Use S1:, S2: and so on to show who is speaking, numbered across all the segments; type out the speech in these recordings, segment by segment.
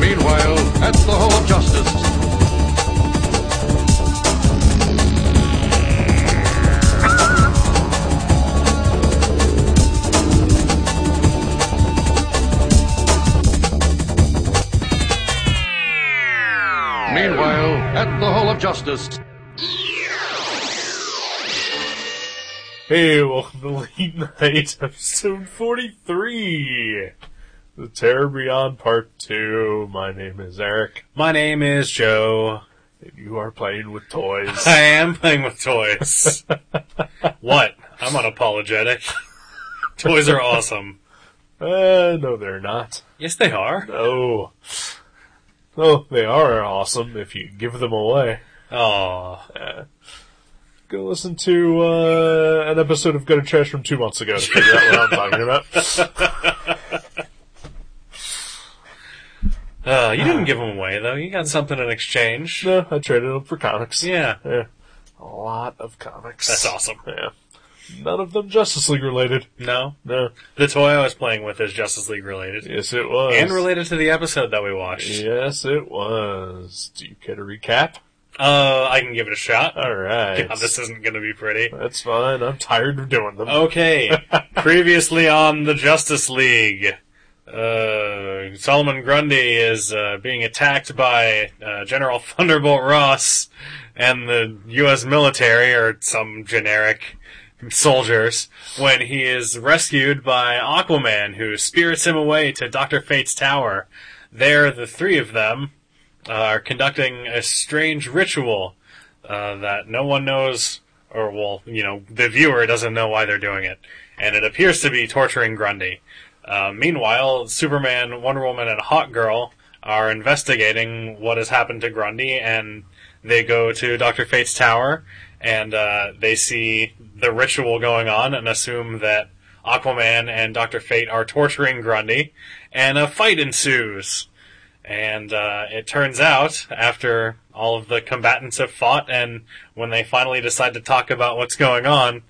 S1: Meanwhile, at the Hall of Justice. Meanwhile, at the Hall of Justice.
S2: Hey, welcome to Late Night, episode 43. The Terror Beyond Part 2. My name is Eric,
S3: My name is Joe.
S2: and you are playing with toys.
S3: I am playing with toys. what? I'm unapologetic. toys are awesome.
S2: Uh, no, they're not.
S3: Yes, they are.
S2: Oh. Oh, they are awesome if you give them away.
S3: Oh,
S2: Go listen to uh, an episode of Go to Trash from two months ago to figure out what I'm talking about.
S3: uh, you didn't give them away though. You got something in exchange.
S2: No, I traded them for comics.
S3: Yeah,
S2: yeah. A lot of comics.
S3: that's awesome.
S2: Yeah. None of them Justice League related.
S3: No,
S2: No.
S3: the toy I was playing with is Justice League related
S2: Yes, it was.
S3: and related to the episode that we watched.
S2: Yes, it was. Do you care to recap?
S3: Uh, I can give it a shot.
S2: All right.
S3: God, this isn't going to be pretty.
S2: That's fine. I'm tired of doing them.
S3: Oh. Okay. Previously on the Justice League, uh, Solomon Grundy is uh, being attacked by uh, General Thunderbolt Ross and the U.S. military or some generic soldiers when he is rescued by Aquaman, who spirits him away to Doctor Fate's tower. There, the three of them are conducting a strange ritual uh, that no one knows, or well, you know, the viewer doesn't know why they're doing it, and it appears to be torturing Grundy. Uh, meanwhile, Superman, Wonder Woman, and Hot Girl are investigating what has happened to Grundy, and they go to Doctor Fate's tower, and uh, they see the ritual going on, and assume that Aquaman and Doctor Fate are torturing Grundy, and a fight ensues. And uh, it turns out, after all of the combatants have fought, and when they finally decide to talk about what's going on,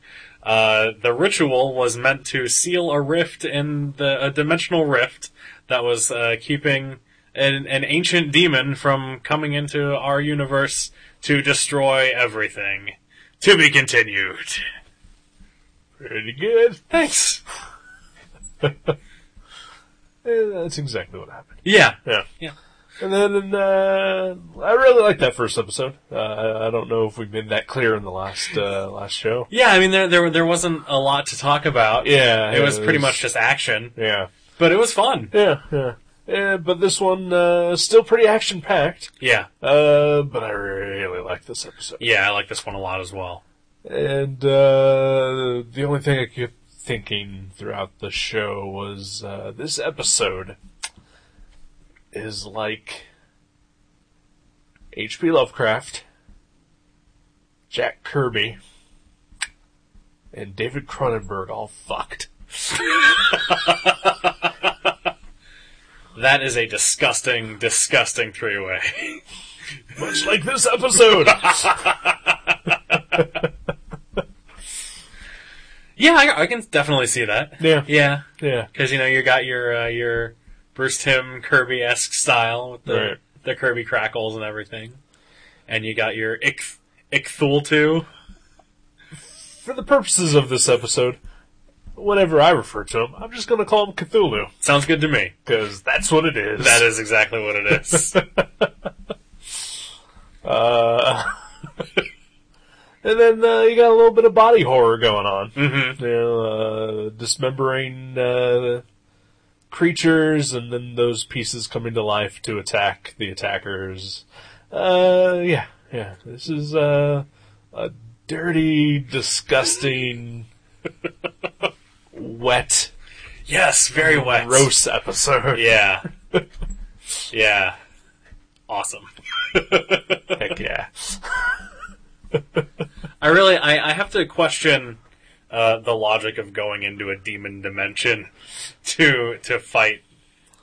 S3: uh, the ritual was meant to seal a rift in the a dimensional rift that was uh, keeping an, an ancient demon from coming into our universe to destroy everything. To be continued.
S2: Pretty good.
S3: Thanks.
S2: Eh, that's exactly what happened.
S3: Yeah.
S2: Yeah.
S3: Yeah.
S2: And then uh, I really like that first episode. Uh, I- I don't know if we've been that clear in the last uh, last show.
S3: Yeah, I mean there there there wasn't a lot to talk about.
S2: Yeah,
S3: It was pretty much just action,
S2: Yeah,
S3: but it was fun.
S2: yeah, yeah. Eh, but this one uh, still pretty action packed.
S3: Yeah.
S2: Uh, but I really like this episode.
S3: Yeah, I like this one a lot as well.
S2: And uh, the only thing I kept thinking throughout the show was uh, this episode is like H.P. Lovecraft, Jack Kirby, and David Cronenberg all fucked.
S3: That is a disgusting, disgusting three way.
S2: Much like this episode.
S3: yeah, I, I can definitely see that.
S2: yeah,
S3: Yeah,
S2: yeah,
S3: because you know you got your uh, your Bruce Tim Kirby esque style with the
S2: Right.
S3: the Kirby crackles and everything, and you got your ick Icthultu.
S2: For the purposes of this episode, whenever I refer to him, I'm just going to call him Cthulhu
S3: Sounds good to me.
S2: because that's what it is.
S3: That is exactly what it is.
S2: Uh, and then uh, you got a little bit of body horror going on.
S3: hmm
S2: You know, uh, dismembering uh, creatures and then those pieces coming to life to attack the attackers. Uh, yeah, yeah. This is uh, a dirty, disgusting, wet,
S3: Yes, very wet.
S2: gross episode.
S3: Yeah. yeah. Awesome.
S2: Heck yeah.
S3: I really, I, I have to question uh, the logic of going into a demon dimension to to fight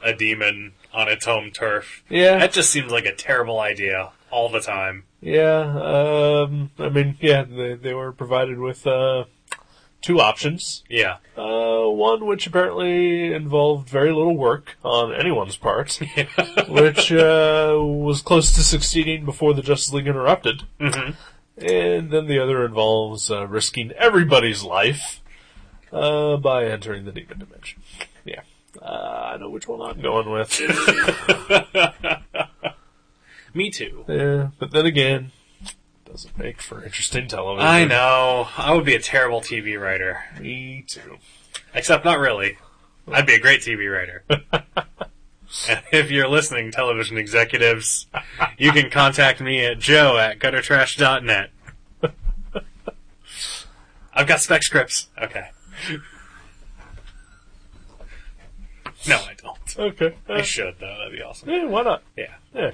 S3: a demon on its home turf.
S2: Yeah.
S3: That just seems like a terrible idea all the time.
S2: Yeah, um, I mean, yeah, they, they were provided with uh, two options.
S3: Yeah.
S2: Uh, one which apparently involved very little work on anyone's part, which uh, was close to succeeding before the Justice League interrupted.
S3: Mhm.
S2: And then the other involves uh, risking everybody's life uh, by entering the demon dimension. Yeah. Uh, I know which one I'm going with.
S3: Me too.
S2: yeah, but then again, doesn't make for interesting television.
S3: I know. I would be a terrible TV writer.
S2: Me too.
S3: Except not really. I'd be a great TV writer. And if you're listening, television executives, you can contact me at joe at guttertrash.net. I've got spec scripts. Okay. No, I don't.
S2: Okay.
S3: I
S2: Uh,
S3: should, though. That'd be awesome.
S2: yeah, why not?
S3: Yeah.
S2: Yeah.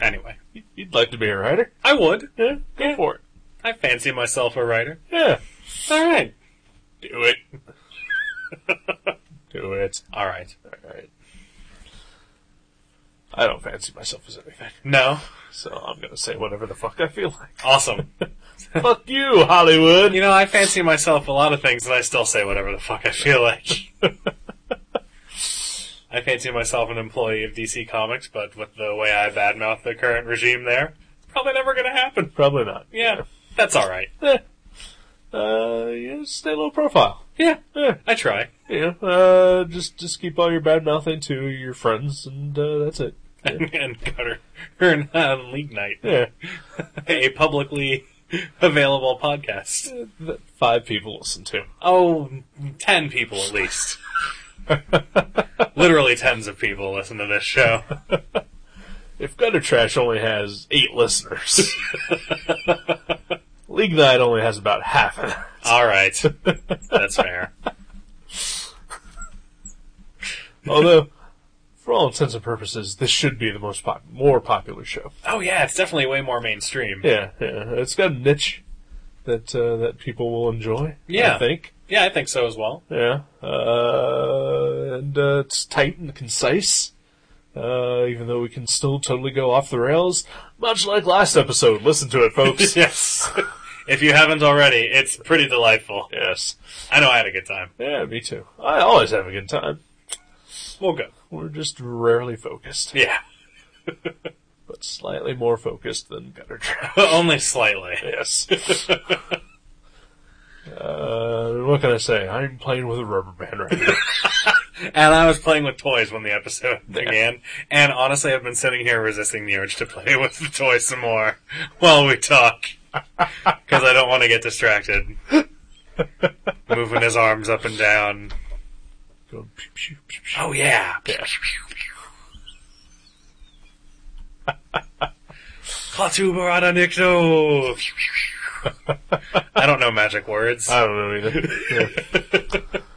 S3: Anyway.
S2: You'd like to be a writer?
S3: I would.
S2: Yeah, go for it.
S3: I fancy myself a writer.
S2: Yeah.
S3: Alright.
S2: Do it. Do it.
S3: Alright.
S2: Alright. I don't fancy myself as anything,
S3: No.
S2: so I'm gonna say whatever the fuck I feel like.
S3: Awesome.
S2: fuck you, Hollywood!
S3: You know, I fancy myself a lot of things, and I still say whatever the fuck I feel like. I fancy myself an employee of DC Comics, but with the way I badmouth the current regime there, it's probably never gonna happen.
S2: Probably not.
S3: Yeah, that's alright.
S2: Eh. Uh, yeah, stay low profile.
S3: Yeah,
S2: Yeah,
S3: I try.
S2: you know, uh, just, just keep all your bad mouthing to your friends, and, uh, that's it. Yeah.
S3: and Cutter, or on League Night,
S2: yeah.
S3: a publicly available podcast.
S2: That five people listen to.
S3: Oh, ten people at least. Literally tens of people listen to this show.
S2: If Gutter Trash only has eight listeners, League Night only has about half of that.
S3: Alright. That's fair.
S2: Although, for all intents and purposes, this should be the most pop- more popular show.
S3: Oh yeah, it's definitely way more mainstream.
S2: Yeah, yeah, it's got a niche that uh, that people will enjoy. I
S3: Yeah.
S2: think.
S3: Yeah, I think so as well.
S2: Yeah, uh, and uh, it's tight and concise. Uh, even though we can still totally go off the rails, much like last episode. Listen to it, folks.
S3: yes. if you haven't already, it's pretty delightful.
S2: Yes.
S3: I know I had a good time.
S2: Yeah, me too. I always have a good time.
S3: Well, good.
S2: We're just rarely focused,
S3: Yeah.
S2: but slightly more focused than Gutter Trash.
S3: Only slightly.
S2: Yes. uh, what can I say? I'm playing with a rubber band right now.
S3: And I was playing with toys when the episode began. And honestly, I've been sitting here resisting the urge to play with the toys some more while we talk. Because I don't want to get distracted. Moving his arms up and down.
S2: Going pew, pew, pew, pew.
S3: Oh, yeah. Katubarada Nikto! I don't know magic words.
S2: I don't know either. Yeah.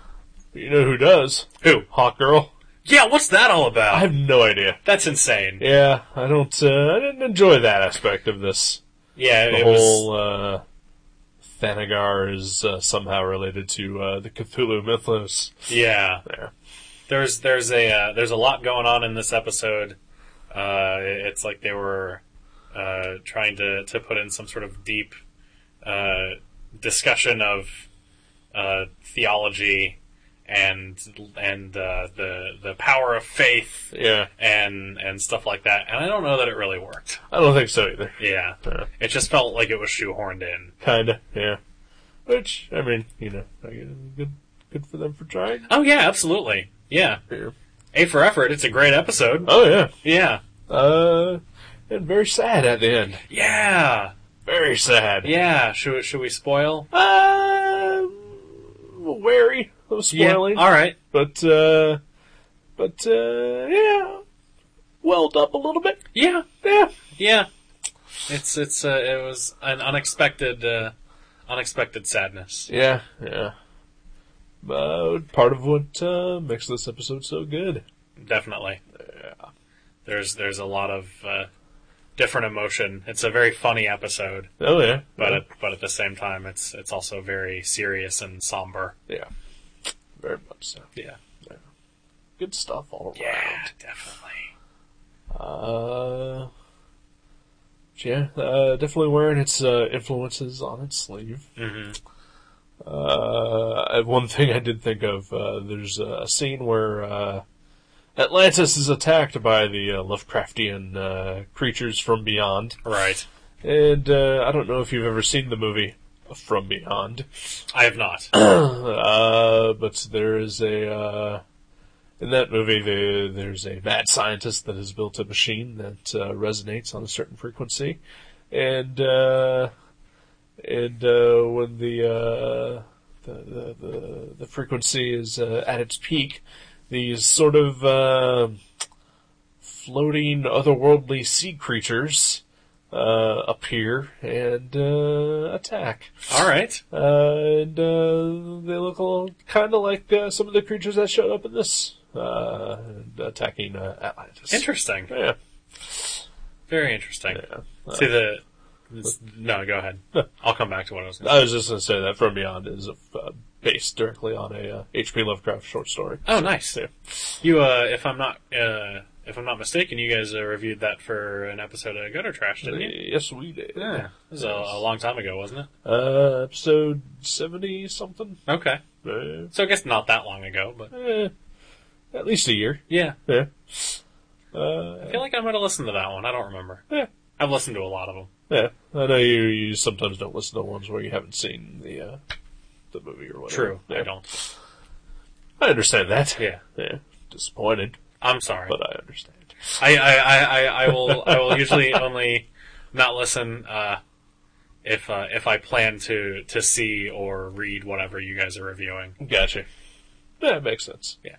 S2: But you know who does?
S3: Who?
S2: Hawk Girl.
S3: Yeah, what's that all
S2: I
S3: about?
S2: have no idea.
S3: That's insane.
S2: Yeah, I don't. Uh, I didn't enjoy that aspect of this.
S3: Yeah,
S2: The
S3: it
S2: whole
S3: was.
S2: uh, Thanagar is uh, somehow related to uh, the Cthulhu mythos.
S3: Yeah,
S2: There.
S3: there's there's a uh, there's a lot going on in this episode. Uh, it's like they were uh, trying to to put in some sort of deep uh, discussion of uh, theology and and uh, the the power of faith
S2: Yeah,
S3: and and stuff like that. And I don't know that it really worked.
S2: I don't think so either.
S3: Yeah,
S2: Uh,
S3: it just felt like it was shoehorned in.
S2: Kinda, yeah. Which I mean, you know, I guess good, good for them for trying.
S3: Oh yeah, absolutely. Yeah, A for effort. It's a great episode.
S2: Oh yeah,
S3: Yeah.
S2: uh, and very sad at the end.
S3: Yeah.
S2: Very sad.
S3: Yeah. Should should we spoil?
S2: Um, wary of spoiling,
S3: All right.
S2: but uh, but uh, yeah, welled up a little bit.
S3: Yeah.
S2: Yeah,
S3: Yeah. It's it's uh, it was an unexpected uh, unexpected sadness.
S2: yeah, yeah. Uh, part of what uh, makes this episode so good.
S3: Definitely. There's there's a lot of uh, different emotion. It's a very funny episode,
S2: Oh yeah,
S3: but at, but at the same time, it's it's also very serious and somber.
S2: yeah, very much so.
S3: Yeah.
S2: Good stuff all around.
S3: Yeah, definitely.
S2: Uh, yeah, uh, definitely wearing its uh, influences on its sleeve.
S3: Mm-hmm.
S2: Uh, one thing I did think of, uh, there's a scene where, uh, Atlantis is attacked by the uh, Lovecraftian, uh, creatures from beyond.
S3: Right.
S2: And, uh, I don't know if you've ever seen the movie From Beyond,
S3: I have not.
S2: uh, but there is a, uh, in that movie, the, there's a mad scientist that has built a machine that uh, resonates on a certain frequency, and uh, and uh, when the, uh, the, the the the frequency is uh, at its peak, these sort of uh, floating otherworldly sea creatures uh, appear and uh, attack.
S3: All right.
S2: Uh, and uh, they look a little kind of like uh, some of the creatures that showed up in this uh, attacking uh, Atlantis.
S3: Interesting.
S2: Yeah.
S3: Very interesting.
S2: yeah.
S3: See the. it's- no, go ahead. I'll come back to what I was. Gonna
S2: I was just going to say that From Beyond is uh, based directly on a uh, H.P. Lovecraft short story.
S3: Oh, nice.
S2: Yeah.
S3: You, uh, if I'm not, uh, if I'm not mistaken, you guys uh, reviewed that for an episode of Gutter Trash, didn't you?
S2: Yes, we did.
S3: It was a, a long time ago, wasn't it?
S2: Uh, episode 70 something.
S3: Okay.
S2: Uh,
S3: So I guess not that long ago, but
S2: eh, at least a year.
S3: yeah,
S2: Yeah.
S3: I
S2: Uh,
S3: feel like I might have listened to that one. I don't remember.
S2: Yeah.
S3: I've listened to a lot of them.
S2: yeah. I know you, you sometimes don't listen to ones where you haven't seen the uh, the movie or whatever.
S3: True.
S2: Yeah.
S3: I don't.
S2: I understand that.
S3: Yeah.
S2: Yeah. Disappointed,
S3: I'm sorry.
S2: but I understand.
S3: I, I, I, I, I will I will usually only not listen uh, if uh, if I plan to to see or read whatever you guys are reviewing.
S2: Gotcha. Yeah, it makes sense.
S3: Yeah.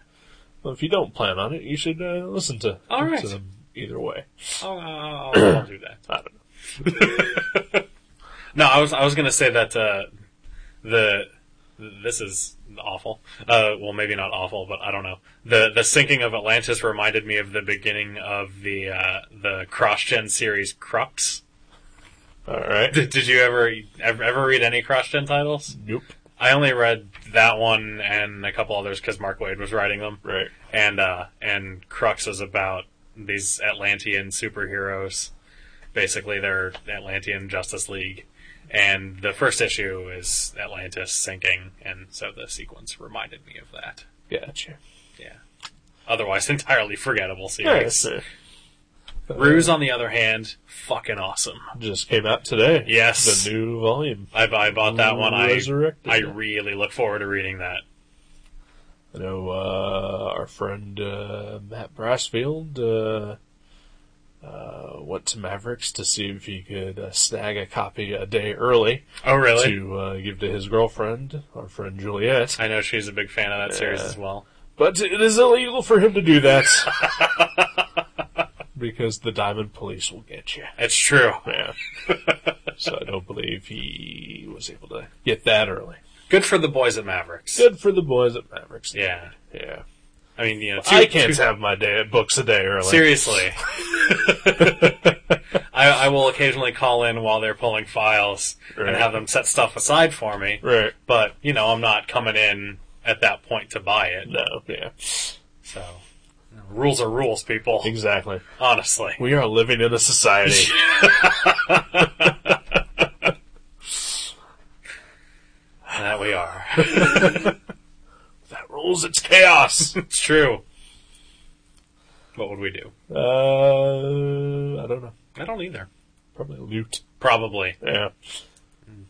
S2: Well, if you don't plan on it, you should uh, listen to,
S3: All right.
S2: to them either way.
S3: I'll, I'll, I'll I'll do that.
S2: I don't know.
S3: No, I was I was gonna say that uh, the this is awful. Uh, well, maybe not awful, but I don't know. the The sinking of Atlantis reminded me of the beginning of the uh, the cross gen series Crux.
S2: All right.
S3: Did, did you ever ever, ever read any cross gen titles?
S2: nope.
S3: I only read that one and a couple others because Mark Wade was writing them.
S2: Right.
S3: And uh, and Crux is about these Atlantean superheroes. Basically, they're Atlantean Justice League, and the first issue is Atlantis sinking, and so the sequence reminded me of that.
S2: Gotcha.
S3: Yeah. Otherwise, entirely forgettable
S2: Yeah,
S3: series.
S2: it's, uh,
S3: Ruse, on the other hand, fucking awesome.
S2: just came out today.
S3: Yes.
S2: The new volume.
S3: I, I bought that one. I
S2: Resurrected.
S3: I really look forward to reading that.
S2: I know uh, our friend uh, Matt Brassfield uh, uh, went to Mavericks to see if he could uh, snag a copy a day early
S3: Oh, really?
S2: to uh, give to his girlfriend, our friend Juliet.
S3: I know she's a big fan of that series
S2: Yeah.
S3: as well.
S2: But it is illegal for him to do that. because the Diamond Police will get you.
S3: It's true.
S2: Yeah. so I don't believe he was able to get that early.
S3: Good for the boys at Mavericks.
S2: Good for the boys at Mavericks.
S3: Yeah.
S2: Yeah.
S3: I mean, you know, two-
S2: I can't
S3: two-
S2: have my day books a day early.
S3: Seriously. I, I will occasionally call in while they're pulling files
S2: Right.
S3: and have them set stuff aside for me.
S2: Right.
S3: But, you know, I'm not coming in at that point to buy it.
S2: No. Yeah.
S3: So, you know, rules are rules, people.
S2: Exactly.
S3: Honestly.
S2: We are living in a society.
S3: that we are.
S2: that rules. It's chaos.
S3: it's true. What would we do?
S2: uh, I don't know.
S3: I don't either.
S2: Probably loot.
S3: Probably.
S2: Yeah.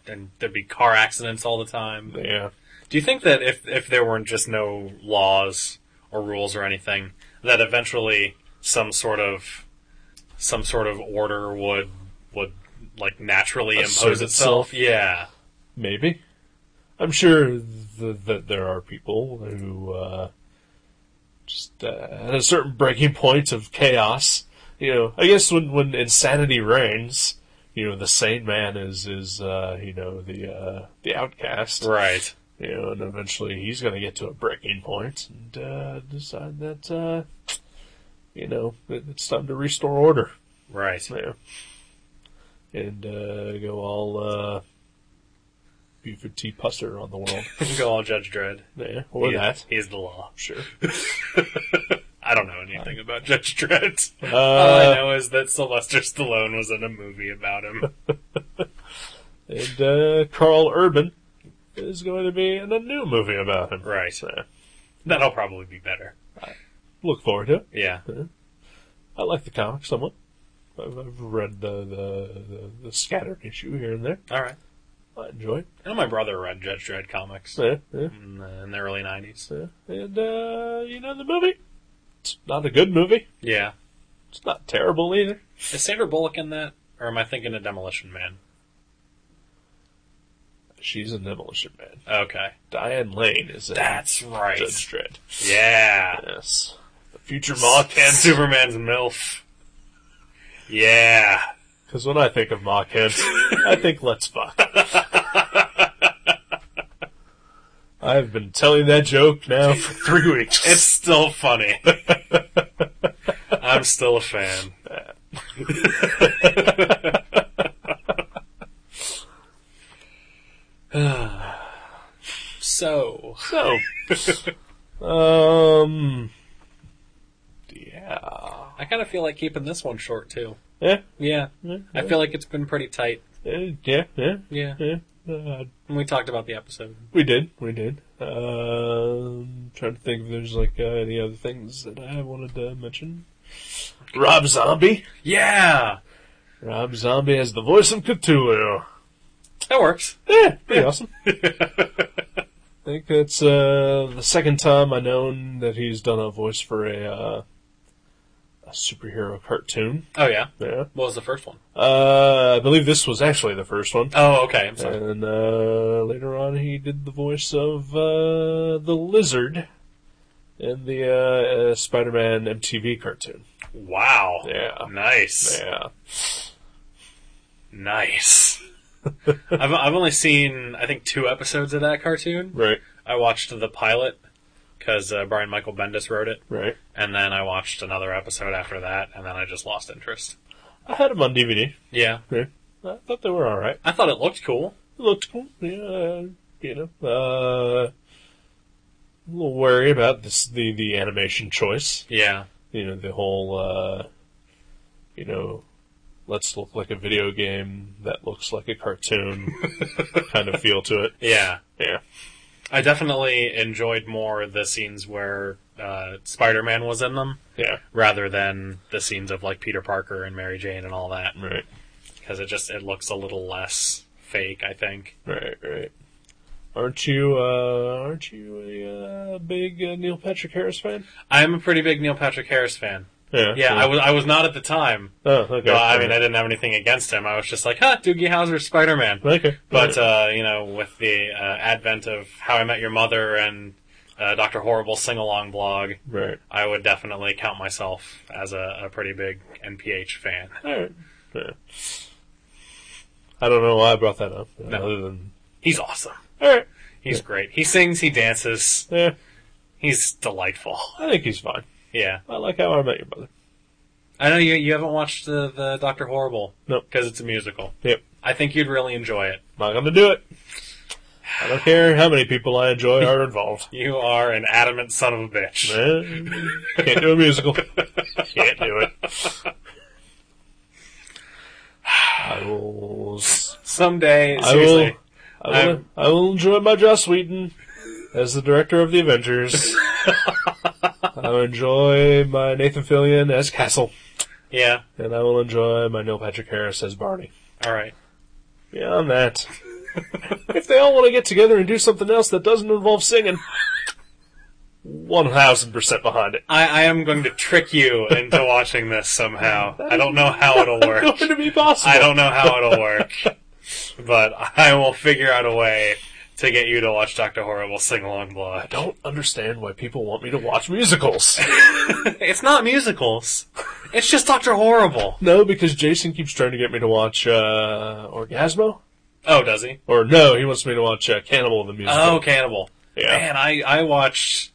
S3: And there'd be car accidents all the time.
S2: Yeah.
S3: Do you think that if if there weren't just no laws or rules or anything, that eventually some sort of some sort of order would would like naturally
S2: Assert
S3: impose
S2: itself.
S3: itself? Yeah.
S2: Maybe. I'm sure th- that there are people who uh, just uh, at a certain breaking point of chaos. You know, I guess when when insanity reigns, you know, the sane man is is uh, you know the uh, the outcast.
S3: Right.
S2: You know, and eventually he's going to get to a breaking point and uh, decide that uh, you know it, it's time to restore order.
S3: Right.
S2: Yeah. And uh, go all uh, Buford T. Pusser on the world.
S3: Go all Judge Dredd.
S2: Yeah, or
S3: He-
S2: that.
S3: He's the law.
S2: Sure.
S3: I don't know anything about Judge Dredd. all I
S2: Uh,
S3: know is that Sylvester Stallone was in a movie about him.
S2: and uh, Carl Urban is going to be in a new movie about him.
S3: Right.
S2: So,
S3: That'll probably be better.
S2: look forward to it.
S3: Yeah.
S2: I like the comic somewhat. I've, I've read the, the, the, the scattered issue here and there.
S3: All right.
S2: I enjoy it.
S3: And my brother read Judge Dredd comics
S2: Yeah, yeah,
S3: in the, in the early 90s.
S2: yeah. And, uh, you know, the movie? It's not a good movie.
S3: Yeah.
S2: It's not terrible either.
S3: Is Sandra Bullock in that? Or am I thinking of Demolition Man?
S2: She's a demolition man.
S3: Okay.
S2: Diane Lane is in
S3: That's right.
S2: Judge Dredd.
S3: Yeah.
S2: Yes. The future Ma
S3: Mothman
S2: Kent.
S3: Superman's MILF. Yeah.
S2: Because when I think of Ma Kent, I think let's fuck. I've been telling that joke now for three weeks.
S3: It's still funny. I'm still a fan. so,
S2: So, um, yeah,
S3: I kind of feel like keeping this one short too.
S2: yeah,
S3: Yeah,
S2: yeah,
S3: I feel like it's been pretty tight.
S2: yeah, yeah, yeah.
S3: Mm-hmm. Yeah,
S2: yeah. Uh,
S3: and we talked about the episode.
S2: we did, we did. Um, trying to think if there's like uh, any other things that I wanted to mention. Rob Zombie.
S3: Yeah,
S2: Rob Zombie has the voice of Cthulhu.
S3: that works.
S2: Yeah, pretty awesome. I think that's uh, the second time I known that he's done a voice for a uh, a superhero cartoon.
S3: Oh yeah,
S2: Yeah.
S3: what was the first one?
S2: Uh, I believe this was actually the first one.
S3: Oh okay, I'm sorry.
S2: And uh, later on, he did the voice of uh, the lizard in the uh, uh, Spider-Man MTV cartoon.
S3: Wow.
S2: Yeah.
S3: Nice.
S2: Yeah,
S3: Nice. I've I've only seen I think two episodes of that cartoon.
S2: right,
S3: I watched the pilot because uh, Brian Michael Bendis wrote it,
S2: right.
S3: and then I watched another episode after that, and then I just lost interest.
S2: I had him on DVD.
S3: Yeah,
S2: Yeah. I thought they were all right.
S3: I thought it looked cool.
S2: It looked cool. Yeah, uh, you know, uh, a little worry about this the the animation choice.
S3: Yeah,
S2: You know, the whole, uh, you know, let's look like a video game that looks like a cartoon kind of feel to it.
S3: yeah.
S2: Yeah.
S3: I definitely enjoyed more the scenes where uh, Spider-Man was in them
S2: Yeah.
S3: rather than the scenes of like Peter Parker and Mary Jane and all that
S2: Right.
S3: because it just it looks a little less fake. I think.
S2: Right. Right. Aren't you uh aren't you a uh, big uh, Neil Patrick Harris fan?
S3: I'm a pretty big Neil Patrick Harris fan. Yeah, I
S2: I
S3: was I was not at the time.
S2: Oh, okay.
S3: No, I mean I didn't have anything against him. I was just like, huh, Doogie Howser, Spider-Man.
S2: okay.
S3: But uh, you know, with the uh, advent of How I Met Your Mother and uh, Doctor Horrible sing along blog,
S2: right.
S3: I would definitely count myself as a, a pretty big NPH fan.
S2: Alright. I don't know why I brought that up. uh,
S3: No.
S2: Other than
S3: He's awesome.
S2: alright,
S3: He's great. He sings. He dances.
S2: yeah,
S3: He's delightful.
S2: I think he's fine.
S3: Yeah.
S2: I like how I met your mother.
S3: I know you you haven't watched the the Doctor Horrible.
S2: Nope.
S3: Because it's a musical.
S2: Yep,
S3: I think you'd really enjoy it.
S2: not gonna do it. I don't care how many people I enjoy are involved.
S3: You are an adamant son of a bitch.
S2: Eh, Can't do a musical. Can't do it. I will. s-
S3: Someday,
S2: I will.
S3: seriously.
S2: I will, I will enjoy my Joss Whedon as the director of the Avengers. I will enjoy my Nathan Fillion as Castle.
S3: Yeah.
S2: And I will enjoy my Neil Patrick Harris as Barney.
S3: All right.
S2: Beyond that, if they all want to get together and do something else that doesn't involve singing, 1000% behind it.
S3: I, I am going to trick you into watching this somehow. I don't know how it'll
S2: Not
S3: work.
S2: going to be possible.
S3: I don't know how it'll work. But I will figure out a way to get you to watch Doctor Horrible sing along blog.
S2: don't understand why people want me to watch musicals.
S3: It's not musicals. It's just Doctor Horrible.
S2: no, because Jason keeps trying to get me to watch uh, Orgasmo.
S3: Oh, does he?
S2: Or no, he wants me to watch uh, Cannibal the musical.
S3: Oh, Cannibal.
S2: Yeah.
S3: Man, I, I watched,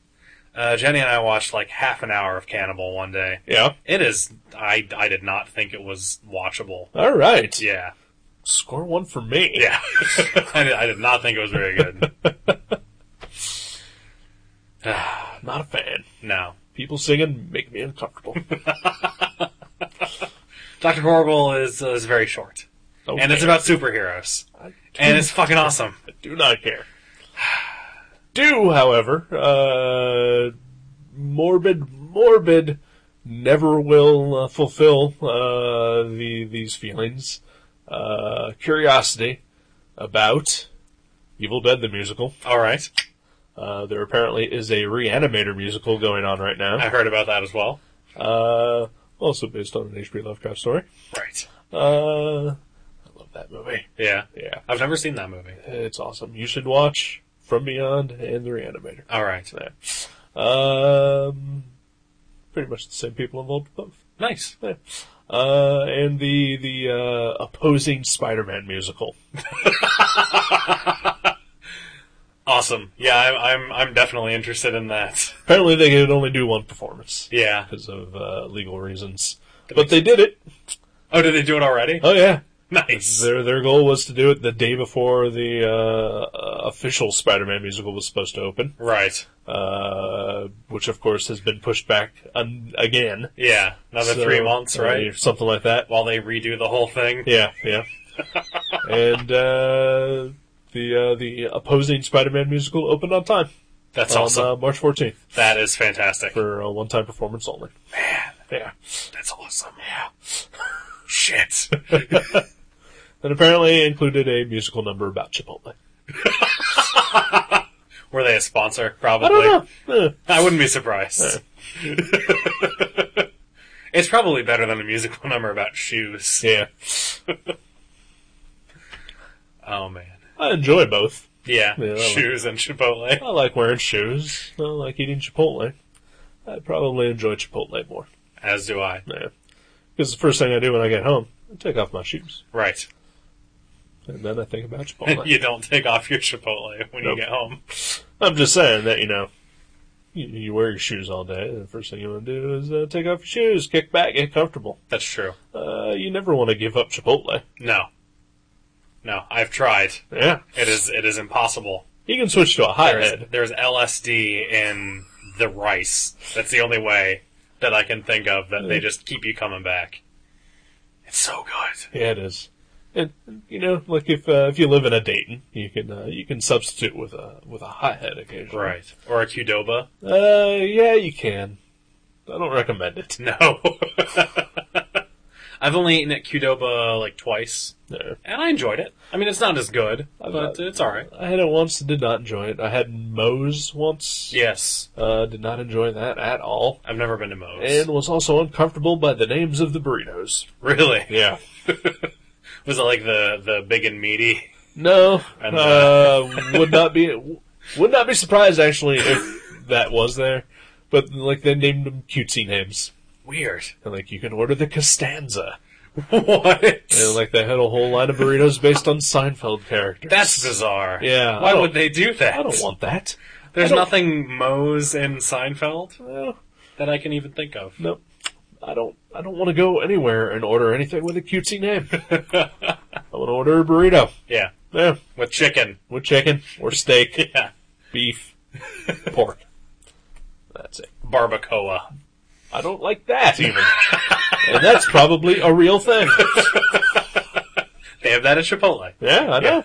S3: uh, Jenny and I watched like half an hour of Cannibal one day.
S2: Yeah.
S3: It is, I, I did not think it was watchable.
S2: All right.
S3: Yeah.
S2: Score one for me.
S3: Yeah, I, did, I did not think it was very good.
S2: Not a fan.
S3: No,
S2: People singing make me uncomfortable.
S3: Doctor Horrible is uh, is very short,
S2: Don't
S3: and it's
S2: care.
S3: about superheroes,
S2: I do-
S3: and it's fucking awesome.
S2: I do not care. Do, however, uh, morbid, morbid, never will uh, fulfill uh, the these feelings. Uh, curiosity about Evil Dead the musical.
S3: All right,
S2: Uh, there apparently is a Reanimator musical going on right now.
S3: I heard about that as well.
S2: Uh, also based on an H.P. Lovecraft story.
S3: Right.
S2: Uh, I love that movie.
S3: Yeah,
S2: Yeah,
S3: I've never seen that movie.
S2: it's awesome. You should watch From Beyond and The Reanimator.
S3: All right,
S2: Um, pretty much the same people involved with both.
S3: nice.
S2: Yeah. Uh, and the the uh, opposing Spider-Man musical.
S3: Awesome. Yeah, I, I'm I'm definitely interested in that.
S2: Apparently, they could only do one performance
S3: Yeah.
S2: because of uh, legal reasons, but they did it.
S3: Oh, did they do it already?
S2: Oh yeah,
S3: Nice.
S2: their their goal was to do it the day before the uh, official Spider-Man musical was supposed to open,
S3: Right.
S2: uh, which of course has been pushed back un- again.
S3: Yeah. Another
S2: So,
S3: three months,
S2: uh,
S3: right?
S2: something like that.
S3: While they redo the whole thing.
S2: Yeah, yeah. and uh, the uh, the opposing Spider-Man musical opened on time
S3: That's
S2: on
S3: awesome.
S2: uh, March 14th
S3: that is fantastic.
S2: for a one-time performance only. Man, yeah.
S3: That's awesome. Yeah. Shit.
S2: And apparently included a musical number about Chipotle.
S3: Were they a sponsor?
S2: I
S3: Probably.
S2: don't know. Eh,
S3: I wouldn't be surprised. it's probably better than a musical number about shoes.
S2: yeah,
S3: Oh man.
S2: I enjoy both.
S3: Yeah.
S2: Yeah, I like-
S3: shoes and Chipotle.
S2: I like wearing shoes. I like eating Chipotle. I probably enjoy Chipotle more.
S3: As do I.
S2: Yeah. Because the first thing I do when I get home, I take off my shoes.
S3: Right.
S2: And then I think about Chipotle.
S3: you don't take off your Chipotle when
S2: Nope.
S3: you get home.
S2: I'm just saying that you know, you, you wear your shoes all day. and The first thing you want to do is uh, take off your shoes, kick back, get comfortable.
S3: That's true.
S2: Uh, you never want to give up Chipotle.
S3: No. No, I've tried.
S2: Yeah,
S3: It is it is impossible.
S2: you can switch to a hot
S3: There's,
S2: head.
S3: there's LSD in the rice. That's the only way that I can think of that they just keep you coming back. It's so good.
S2: Yeah, it is. And you know, like if uh, if you live in a Dayton, you can uh, you can substitute with a with a hot head occasionally.
S3: Right. Or a Qdoba?
S2: Uh, yeah, you can. I don't recommend it.
S3: No. I've only eaten at Qdoba like twice,
S2: No.
S3: and I enjoyed it. I mean, it's not as good,
S2: I've not-
S3: but it's alright.
S2: I had it once and did not enjoy it. I had Moe's once.
S3: Yes.
S2: Uh, did not enjoy that at all.
S3: I've never been to Moe's.
S2: and was also uncomfortable by the names of the burritos.
S3: really?
S2: Yeah.
S3: Was it like the, the big and meaty?
S2: No,
S3: And,
S2: uh, would not be would not be surprised actually if that was there. But like they named them cutesy names,
S3: Weird.
S2: and like you can order the Costanza,
S3: what?
S2: and like they had a whole line of burritos based on Seinfeld characters.
S3: That's bizarre.
S2: Yeah, I
S3: Why
S2: don't-
S3: would they do that?
S2: I don't want that.
S3: There's
S2: I don't-
S3: nothing Moe's in Seinfeld
S2: Well,
S3: that I can even think of.
S2: no, I don't. I don't want to go anywhere and order anything with a cutesy name. I want to order a burrito.
S3: Yeah.
S2: Yeah,
S3: With chicken.
S2: with chicken or steak.
S3: Yeah.
S2: beef, pork. That's it.
S3: Barbacoa.
S2: I don't like that even. and that's probably a real thing.
S3: They have that at Chipotle.
S2: Yeah, I know.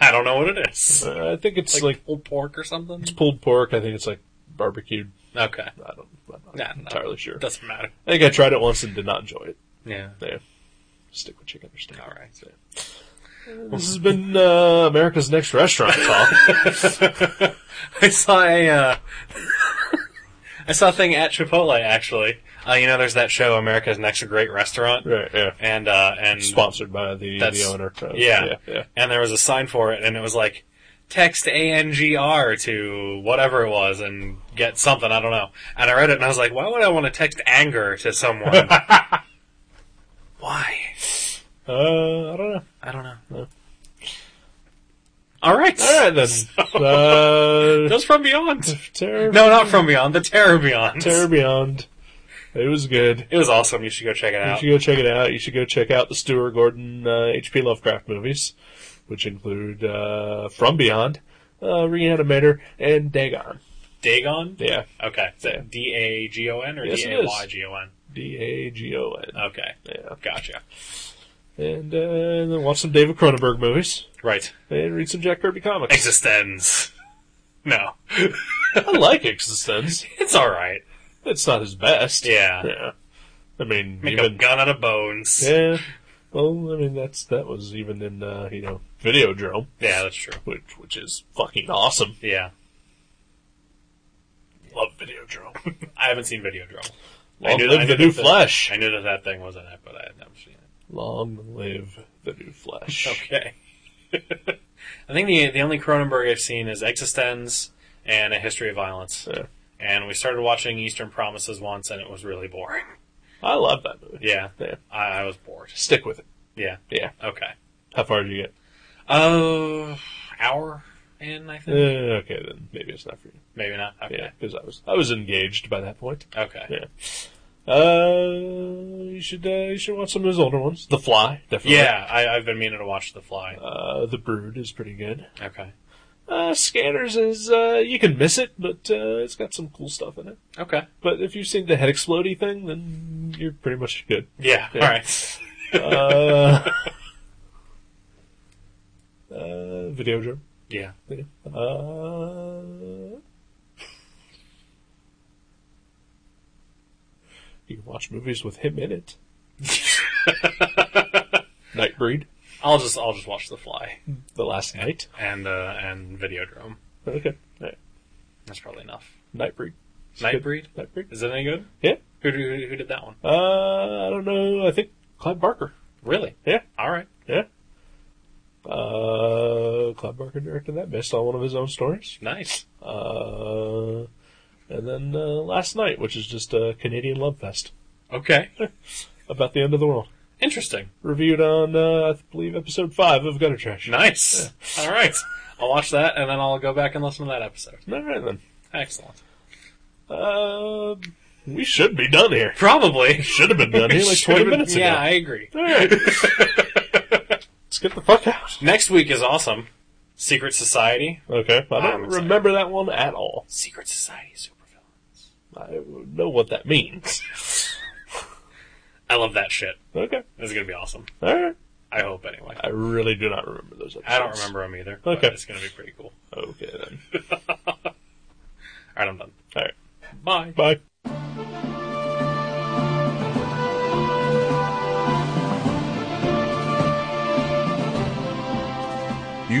S3: I don't know what it is.
S2: Uh, I think it's like,
S3: pulled pork or something?
S2: pulled pork. I think it's like barbecued.
S3: Okay.
S2: I don't, I'm not
S3: Nah, no.
S2: entirely sure.
S3: Doesn't matter.
S2: I think I tried it once and did not enjoy it.
S3: Yeah.
S2: Yeah. Stick with chicken or steak.
S3: All right.
S2: This has been uh, America's Next Restaurant Talk.
S3: I saw a, uh, I saw a thing at Chipotle, actually. Uh, you know, there's that show, America's Next Great Restaurant.
S2: right, yeah.
S3: And, uh, and
S2: Sponsored by the, the
S3: That's-
S2: owner. Uh,
S3: Yeah.
S2: yeah, yeah.
S3: And there was a sign for it, and it was like, text ANGR to whatever it was and get something, I don't know. And I read it and I was like, why would I want to text anger to someone? why?
S2: Uh, I don't know.
S3: I don't know. All right.
S2: All right then. Uh,
S3: Those from beyond.
S2: Terror,
S3: No, not from beyond. The terror beyond.
S2: Terror Beyond. It was good.
S3: It was awesome. You should go check it
S2: You
S3: out.
S2: should go check it out. You should go check out the Stuart Gordon uh, H.P. Lovecraft movies, which include uh, From Beyond, uh, Reanimator, and Dagon.
S3: Dagon?
S2: Yeah,
S3: Okay. D A G O N or
S2: Yes,
S3: D
S2: it
S3: A
S2: is.
S3: Y G O N?
S2: D A G O N.
S3: Okay.
S2: Yeah,
S3: Gotcha.
S2: and, uh, and then watch some David Cronenberg movies
S3: Right.
S2: and read some Jack Kirby comics.
S3: Existence. No.
S2: I like Existence.
S3: It's alright.
S2: It's not his best.
S3: Yeah.
S2: yeah. I mean,
S3: Make
S2: even
S3: a gun out of bones.
S2: yeah. Well, I mean, that's that was even in uh, you know Videodrome,
S3: Yeah, that's true.
S2: which which is fucking awesome.
S3: Yeah.
S2: Love Videodrome.
S3: I haven't seen Videodrome. I
S2: Long
S3: knew- I
S2: live
S3: knew
S2: the new
S3: that the-
S2: flesh.
S3: I knew that that thing was in it, but I had never seen it.
S2: Long live the new flesh.
S3: Okay. I think the the only Cronenberg I've seen is Existence and A History of Violence.
S2: Yeah.
S3: And we started watching Eastern Promises once, and it was really boring.
S2: I love that movie.
S3: Yeah,
S2: Yeah.
S3: I, I was bored.
S2: Stick with it.
S3: Yeah.
S2: Yeah.
S3: Okay.
S2: How far did you get?
S3: Oh, hour in, I think.
S2: Uh, okay, then maybe it's not for you.
S3: Maybe not.
S2: Yeah,
S3: Okay.
S2: because I was I was engaged by that point.
S3: Okay.
S2: Yeah. Uh, you should uh, you should watch some of his older ones. The Fly, definitely.
S3: Yeah, I, I've been meaning to watch The Fly.
S2: Uh, the Brood is pretty good.
S3: Okay.
S2: Uh, Scanners is uh, you can miss it, but uh, it's got some cool stuff in it.
S3: Okay.
S2: But if you've seen the head explodey thing, then you're pretty much good.
S3: Yeah.
S2: Yeah.
S3: All right.
S2: Uh, uh, video drum.
S3: Yeah.
S2: Uh, you can watch movies with him in it. Nightbreed,
S3: I'll just I'll just watch The Fly
S2: The Last Night.
S3: and uh, and Videodrome.
S2: Okay. Alright.
S3: That's probably enough.
S2: Nightbreed. It's good.
S3: Nightbreed.
S2: Nightbreed.
S3: Is that any good?
S2: Yeah.
S3: Who, who who did that one?
S2: Uh, I don't know. I think Clive Barker.
S3: Really?
S2: Yeah.
S3: All right.
S2: Yeah. Uh, Clive Barker directed that based on one of his own stories.
S3: Nice.
S2: Uh, and then uh, Last Night, which is just a Canadian love fest
S3: Okay.
S2: about the end of the world.
S3: Interesting.
S2: Reviewed on, uh, I believe, episode five of Gutter Trash.
S3: Nice. All right. I'll watch that and then I'll go back and listen to that episode.
S2: All right then.
S3: Excellent.
S2: Uh, we should be done here.
S3: Probably.
S2: Should have been done here like
S3: Should've
S2: twenty
S3: been-
S2: minutes
S3: Yeah, I
S2: ago.
S3: agree.
S2: All right. Let's get the fuck out.
S3: Next week is awesome. Secret Society.
S2: Okay. I
S3: I'm
S2: don't
S3: excited.
S2: remember that one at all.
S3: Secret Society supervillain.
S2: I know what that means.
S3: I love that shit.
S2: Okay.
S3: This is gonna be awesome.
S2: All right.
S3: I hope anyway.
S2: I really do not remember those episodes.
S3: I don't remember them either. but
S2: Okay.
S3: it's gonna be pretty cool.
S2: Okay then.
S3: All right, I'm done.
S2: All right.
S3: Bye.
S2: Bye.
S4: You